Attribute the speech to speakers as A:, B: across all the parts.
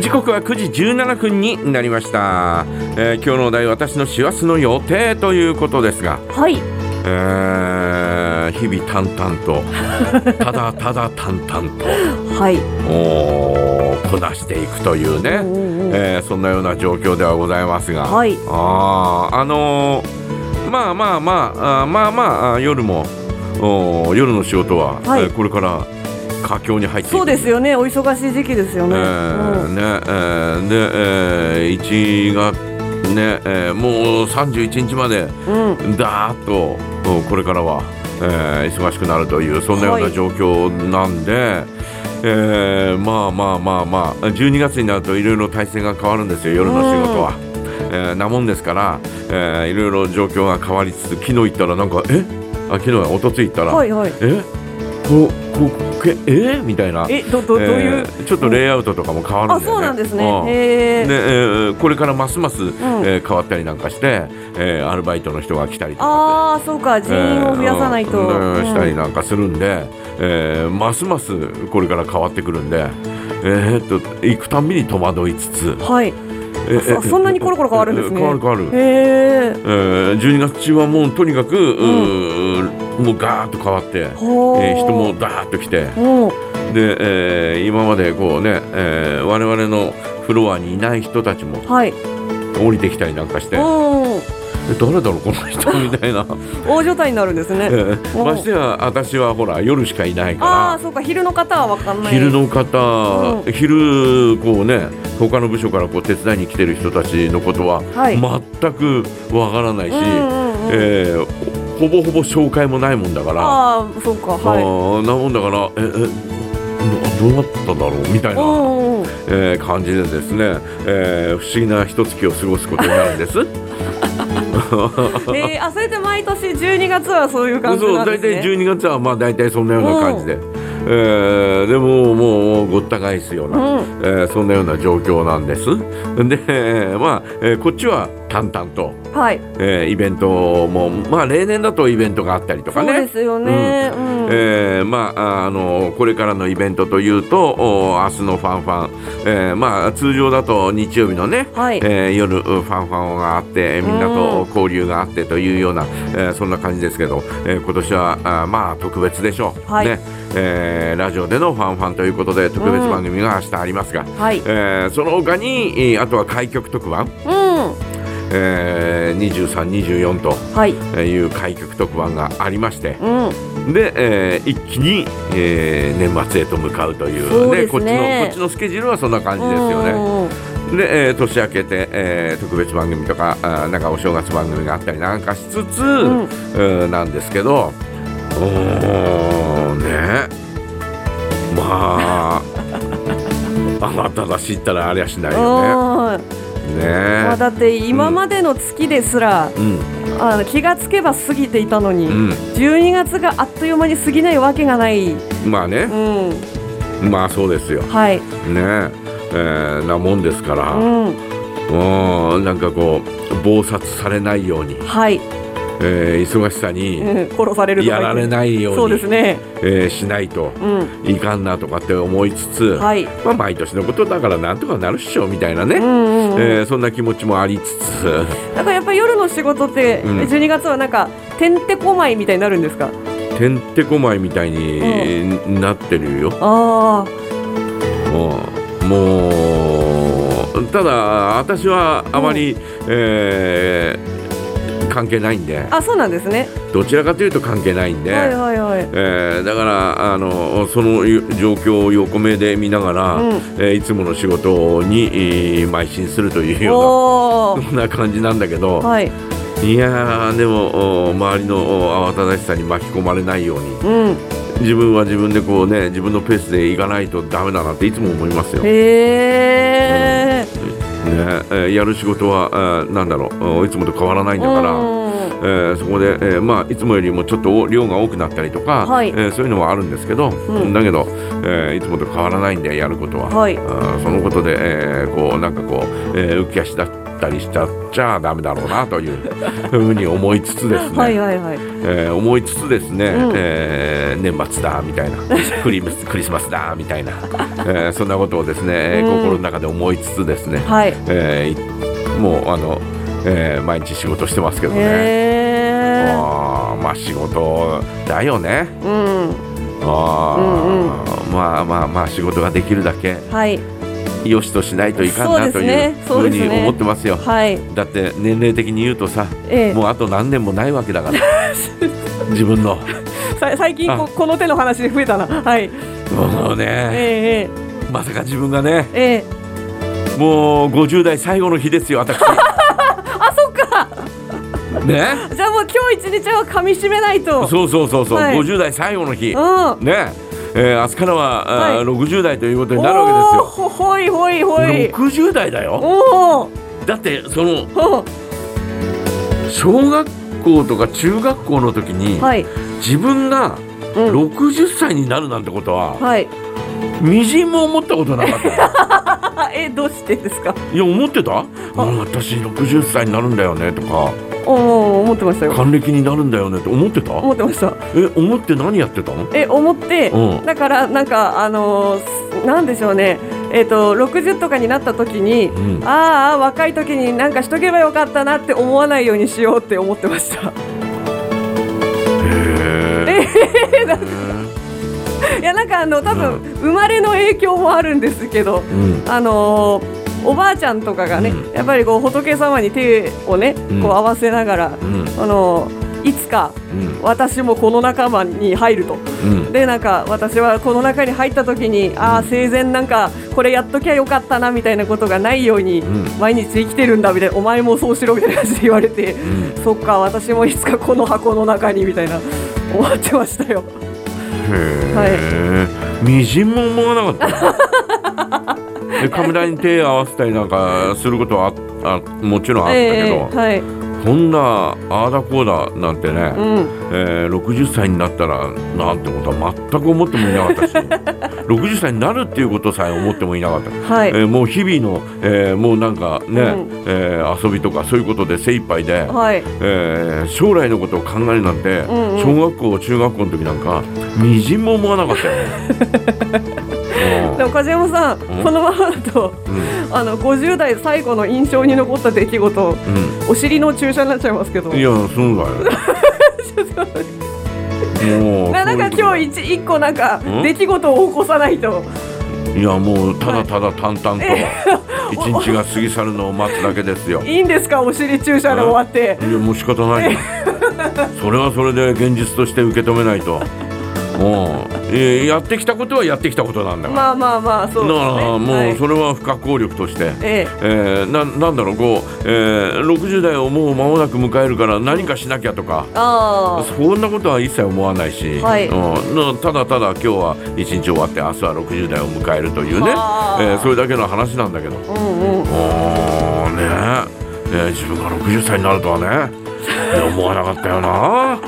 A: 時刻は9時17分になりました、えー今日のお題私の師走の予定ということですが、
B: はい。
A: えー日々淡々 とただただ淡々と
B: はい。
A: おーこなしていくというね、えーそんなような状況ではございますが、
B: はい
A: あーあのーまあまあまああーまあまああー夜もおー夜の仕事は、
B: はい
A: えーこれから佳境に入っていく
B: そうですよね。お忙しい時期ですよ
A: え
B: ね。
A: ー
B: うん
A: ねえーで、えー1月ね、えーもう31日まで
B: うん。
A: だーっとうんこれからは、えー忙しくなるというそんなような状況なんで、えーまあまあまあまあ12月になるといろいろ体制が変わるんですよ夜の仕事は。えーなもんですから、えーいろいろ状況が変わりつつ昨日行ったらなんかえあ昨日は一昨日行ったら、
B: はいはい。
A: えここけえみたいな。
B: え、ど、ど、どういう
A: え。ーちょっとレイアウトとかも変わるんだよ
B: あ、
A: ね。
B: そうなんですね
A: う。ね
B: へえ。
A: えーこれからますます、えー変わったりなんかして、えーアルバイトの人が来たりとか
B: ああ、そうか。
A: で
B: 人員を増やさないと。
A: えーうんしたり
B: うん
A: なんかするんで、えーますますこれから変わってくるんで、えーっと行くたんびに戸惑いつつ、
B: はい。
A: えー
B: そそんなにコロコロ変わるんですね
A: 変わる変わる、
B: へえ。
A: えー12月中はもうとにかく、
B: ん
A: うーもうガーッと変わって、
B: ほー
A: えー人も。ダーッと来て。
B: うん。
A: で、えー今までこうね、えー我々のフロアにいない人たちも
B: はい。
A: 降りてきたりなんかして、え
B: うん。
A: 誰だろうこの人みたい な、
B: 大所帯になるんです
A: え
B: ね。
A: ー
B: お
A: ましてや私はほら夜しかいない
B: ああ、
A: か
B: そうか。昼の方はわかん
A: ら
B: ない。
A: 昼。の方、
B: う
A: 昼こうね他の部署からこう手伝いに来てる人たちのことは
B: はい
A: 全くわからないし、
B: うんうんうん。
A: えーほぼほぼ紹介もないもんだから。
B: ああ、そうか。
A: あ
B: はい。
A: ーなもんだからええどどうなったんだろうみたいな、
B: うんうん。
A: えー感じでですね、えー不思議な一月を過ごすことになるん です。
B: えー、あそれで毎年12月はそういう感じ
A: そう
B: なんで
A: 大
B: すね
A: 体12月はまあ大体そんなような感じで、えーでもうもうごった返すような、
B: うん
A: えーそんなような状況なんです。で、えーまあ、えーこっちは淡々と、
B: はい
A: えーイベントもまあ例年だとイベントがあったりとか
B: そう
A: ね。
B: ですよね、うん
A: えーまあ、あのこれからのイベントというとお明日のファンファン、えーまあ、通常だと日曜日のね、
B: はい
A: えー夜うんファンファンがあってみんな
B: う
A: と
B: ん
A: 交流があってというような、えーそんな感じですけど、えー今年はあーまあ特別でしょう、
B: はい
A: ねえーラジオでのファンファンということで特別番組が明日ありますが、
B: はい
A: えーその他にえーあとは開局特番、
B: うん
A: えー、2324と。
B: はい
A: いう開局特番がありまして、
B: うん
A: で、えー一気に、えー年末へと向かうという,、
B: そうですね
A: こっちのこっちのスケジュールはそんな感じですよね。で、えー年明けて、えー特別番組とかあーなんかお正月番組があったりなんかしつつ、
B: ん
A: うんなんですけどおーねまあ 慌ただしいったらありゃしないよ
B: うんうん
A: ね。ね
B: まあだって今までの月ですら、
A: うん
B: あの気がつけば過ぎていたのに、
A: うん
B: 12月があっという間に過ぎないわけがない、う
A: まあね、
B: ん、
A: まあそうですよ。ね
B: はい、
A: えーなもんですから。
B: うん、
A: うんなんかこう暴殺されないように、
B: はい、
A: えー忙しさに
B: うん、殺されるとか
A: やられないよ
B: そうう
A: に
B: ですね、
A: えーしないと
B: うん、
A: いかんなとかって思いつつ、
B: はい、
A: まあ、毎年のことだからなんとかなるっしょみたいなね、
B: うん、うん、うん
A: えーそんな気持ちもありつつ
B: だからやっぱり夜の仕事って、
A: うん
B: 12月はなんかてんてこまいみたいになるんですか
A: てんてこまいみたいになってるよ。
B: あ
A: うんもうただ私はあまり、えー関係ないんで
B: ああそうなんですね、
A: どちらかというと関係ないんで。
B: はいはいはい
A: えーだからあのそのゆ状況を横目で見ながら、
B: うん
A: えーいつもの仕事に、えー邁進するというよ
B: お
A: う
B: ー
A: なそんな感じなんだけど、
B: はい
A: い、やーでもお周りのお慌ただしさに巻き込まれないように
B: うん
A: 自分は自分でこうね自分のペースでいかないとダメだなっていつも思いますよ。ね
B: へえ
A: えーやる仕事はあーなんだろうおいつもと変わらないんだから、
B: うん
A: えーそこで、えーまあ、いつもよりもちょっと量が多くなったりとか、
B: はい
A: えーそういうのはあるんですけど、
B: うん
A: だけど、えーいつもと変わらないんでやることは、
B: はい
A: あーそのことで、えーこうなんかこう、えー浮き足だったりしちゃっちゃダメだろうな というふうに思いつつですね、
B: はいはいはい。
A: えー思いつつですね、
B: うん
A: えー年末だみたいな クリスクリスマスだみたいな、えーそんなことをですね、えー
B: うん
A: 心の中で思いつつですね、
B: はい。
A: えーいもうあの、えー毎日仕事してますけどね。
B: へー
A: あーまあ仕事だよね
B: うん。
A: あー、まあまあまあ仕事ができるだけ
B: はい。
A: よしとしないといかんなと
B: そう
A: い
B: で
A: う
B: すね
A: ふ
B: そう
A: う
B: です
A: に
B: ね
A: 思ってますよ
B: はい。
A: だって年齢的に言うとさ
B: ええ。
A: もうあと何年もないわけだから 自分の
B: さ最近
A: あ
B: ここの手の話増えたな。はい。
A: もうね
B: ええ
A: まさか自分がね
B: ええええ。
A: もう50代最後の日ですよ私
B: あそっか。
A: ね
B: じゃあもう今日一日は噛み締めないと。う。
A: そうそうそうそう、
B: はい
A: 50代最後の日
B: ん。お
A: ねえー、明日からは、あー
B: はい
A: 60代ということに
B: お
A: なるわけ
B: ーほほいほいほ
A: です
B: い
A: よ。。60代だよ
B: おお。
A: だってその
B: ほ
A: 小学校とか中学校の時に、
B: うはい。
A: 自分が
B: うん。
A: 60歳になるなんてことは、
B: はい。
A: みじんも思ったことなかった
B: あえどうしてですか。
A: いや思ってたうん私60歳になるんだよねとか
B: おお思ってましたよ。
A: 還暦になるんだよねって思ってた
B: 思ってました。
A: え思って何やってたの
B: え思って、
A: うん
B: だからなんかあのーすなんでしょうね。えっ、と60とかになった時に。
A: うん
B: ああ若い時になんかしとけばよかったなって思わないようにしようって思ってました。
A: へ
B: いやなんかあの多分
A: う
B: 生まれの影響もあるんですけど、
A: え、うん、
B: あのーおばあちゃんとかがね、
A: う
B: やっぱりこう仏様に手をねこ
A: うん
B: う合わせながら、
A: うん
B: あのーいつか
A: うん
B: 私もこの仲間に入ると。
A: うん
B: でなんか私はこの中に入った時にああ生前なんかこれやっときゃよかったなみたいなことがないように
A: うん
B: 毎日生きてるんだみたいなお前もそうしろみたいな感じで言われて
A: うん
B: そっか私もいつかこの箱の中にみたいな 思ってましたよ。
A: へえ、みじんも思わなかったよ。で、カメラに手合わせたりなんかすることはああもちろんあったけど、
B: はい、
A: こんなああだこうだなんてね、
B: うん、
A: えー、60歳になったらなんてことは全く思ってもいなかったし 60歳になるっていうことさえ思ってもいなかった、
B: はい、
A: えーもう日々の、えーもうなんかね、
B: うん
A: えー遊びとかそういうことで精一杯で、
B: はい、
A: えー将来のことを考えるなんて、
B: んうん
A: 小学校中学校の時なんかみじんも思わなかったよ
B: で
A: ね
B: も梶山さん、
A: ん
B: このままだと
A: うんうん
B: あの50代最後の印象に残った出来事お尻の注射になっちゃいますけど
A: うんいやそうだよもう
B: ななんか
A: そう
B: 今
A: いう
B: 日一一個なんか
A: うん
B: 出来事を起こさないと
A: こといやもうただただ淡々 と一日が過ぎ去るのを待つだけですよい
B: いいんですかお尻注射で終わって
A: やもう仕方 ないよそれはそれで現実として受け止めないともういややってきたことはやってきたことなんだから、
B: まあまあまあそう
A: だ
B: ですね
A: からもう
B: はい
A: それは不可抗力として、
B: え
A: えー、ななんだろうこう、えー、60代をもう間もなく迎えるから何かしなきゃとか、
B: えあ
A: そんなことは一切思わないし、
B: はい
A: うん、なただただ今日は一日終わって明日は60代を迎えるというね、え
B: はあ
A: ー、それだけの話なんだけどお
B: あうんう
A: ー
B: ん
A: ねえー自分が60歳になるとはねいや思わなかったよな。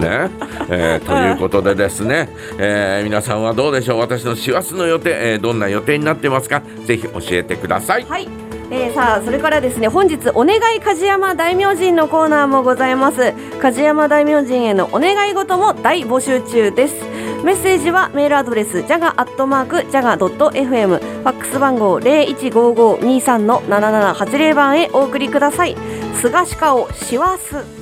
A: ねえーということでですね、えー皆さんはどうでしょう私の師走の予定、えーどんな予定になってますかぜひ教えてください。
C: はい、えー、さあそれからですね本日お願い梶山大名人のコーナーもございます梶山大名人へのお願い事も大募集中ですメッセージはメールアドレスジャガアットマークジャガドット FM ファックス番号零一五五二三の七七八零番へお送りください。菅氏顔しわす。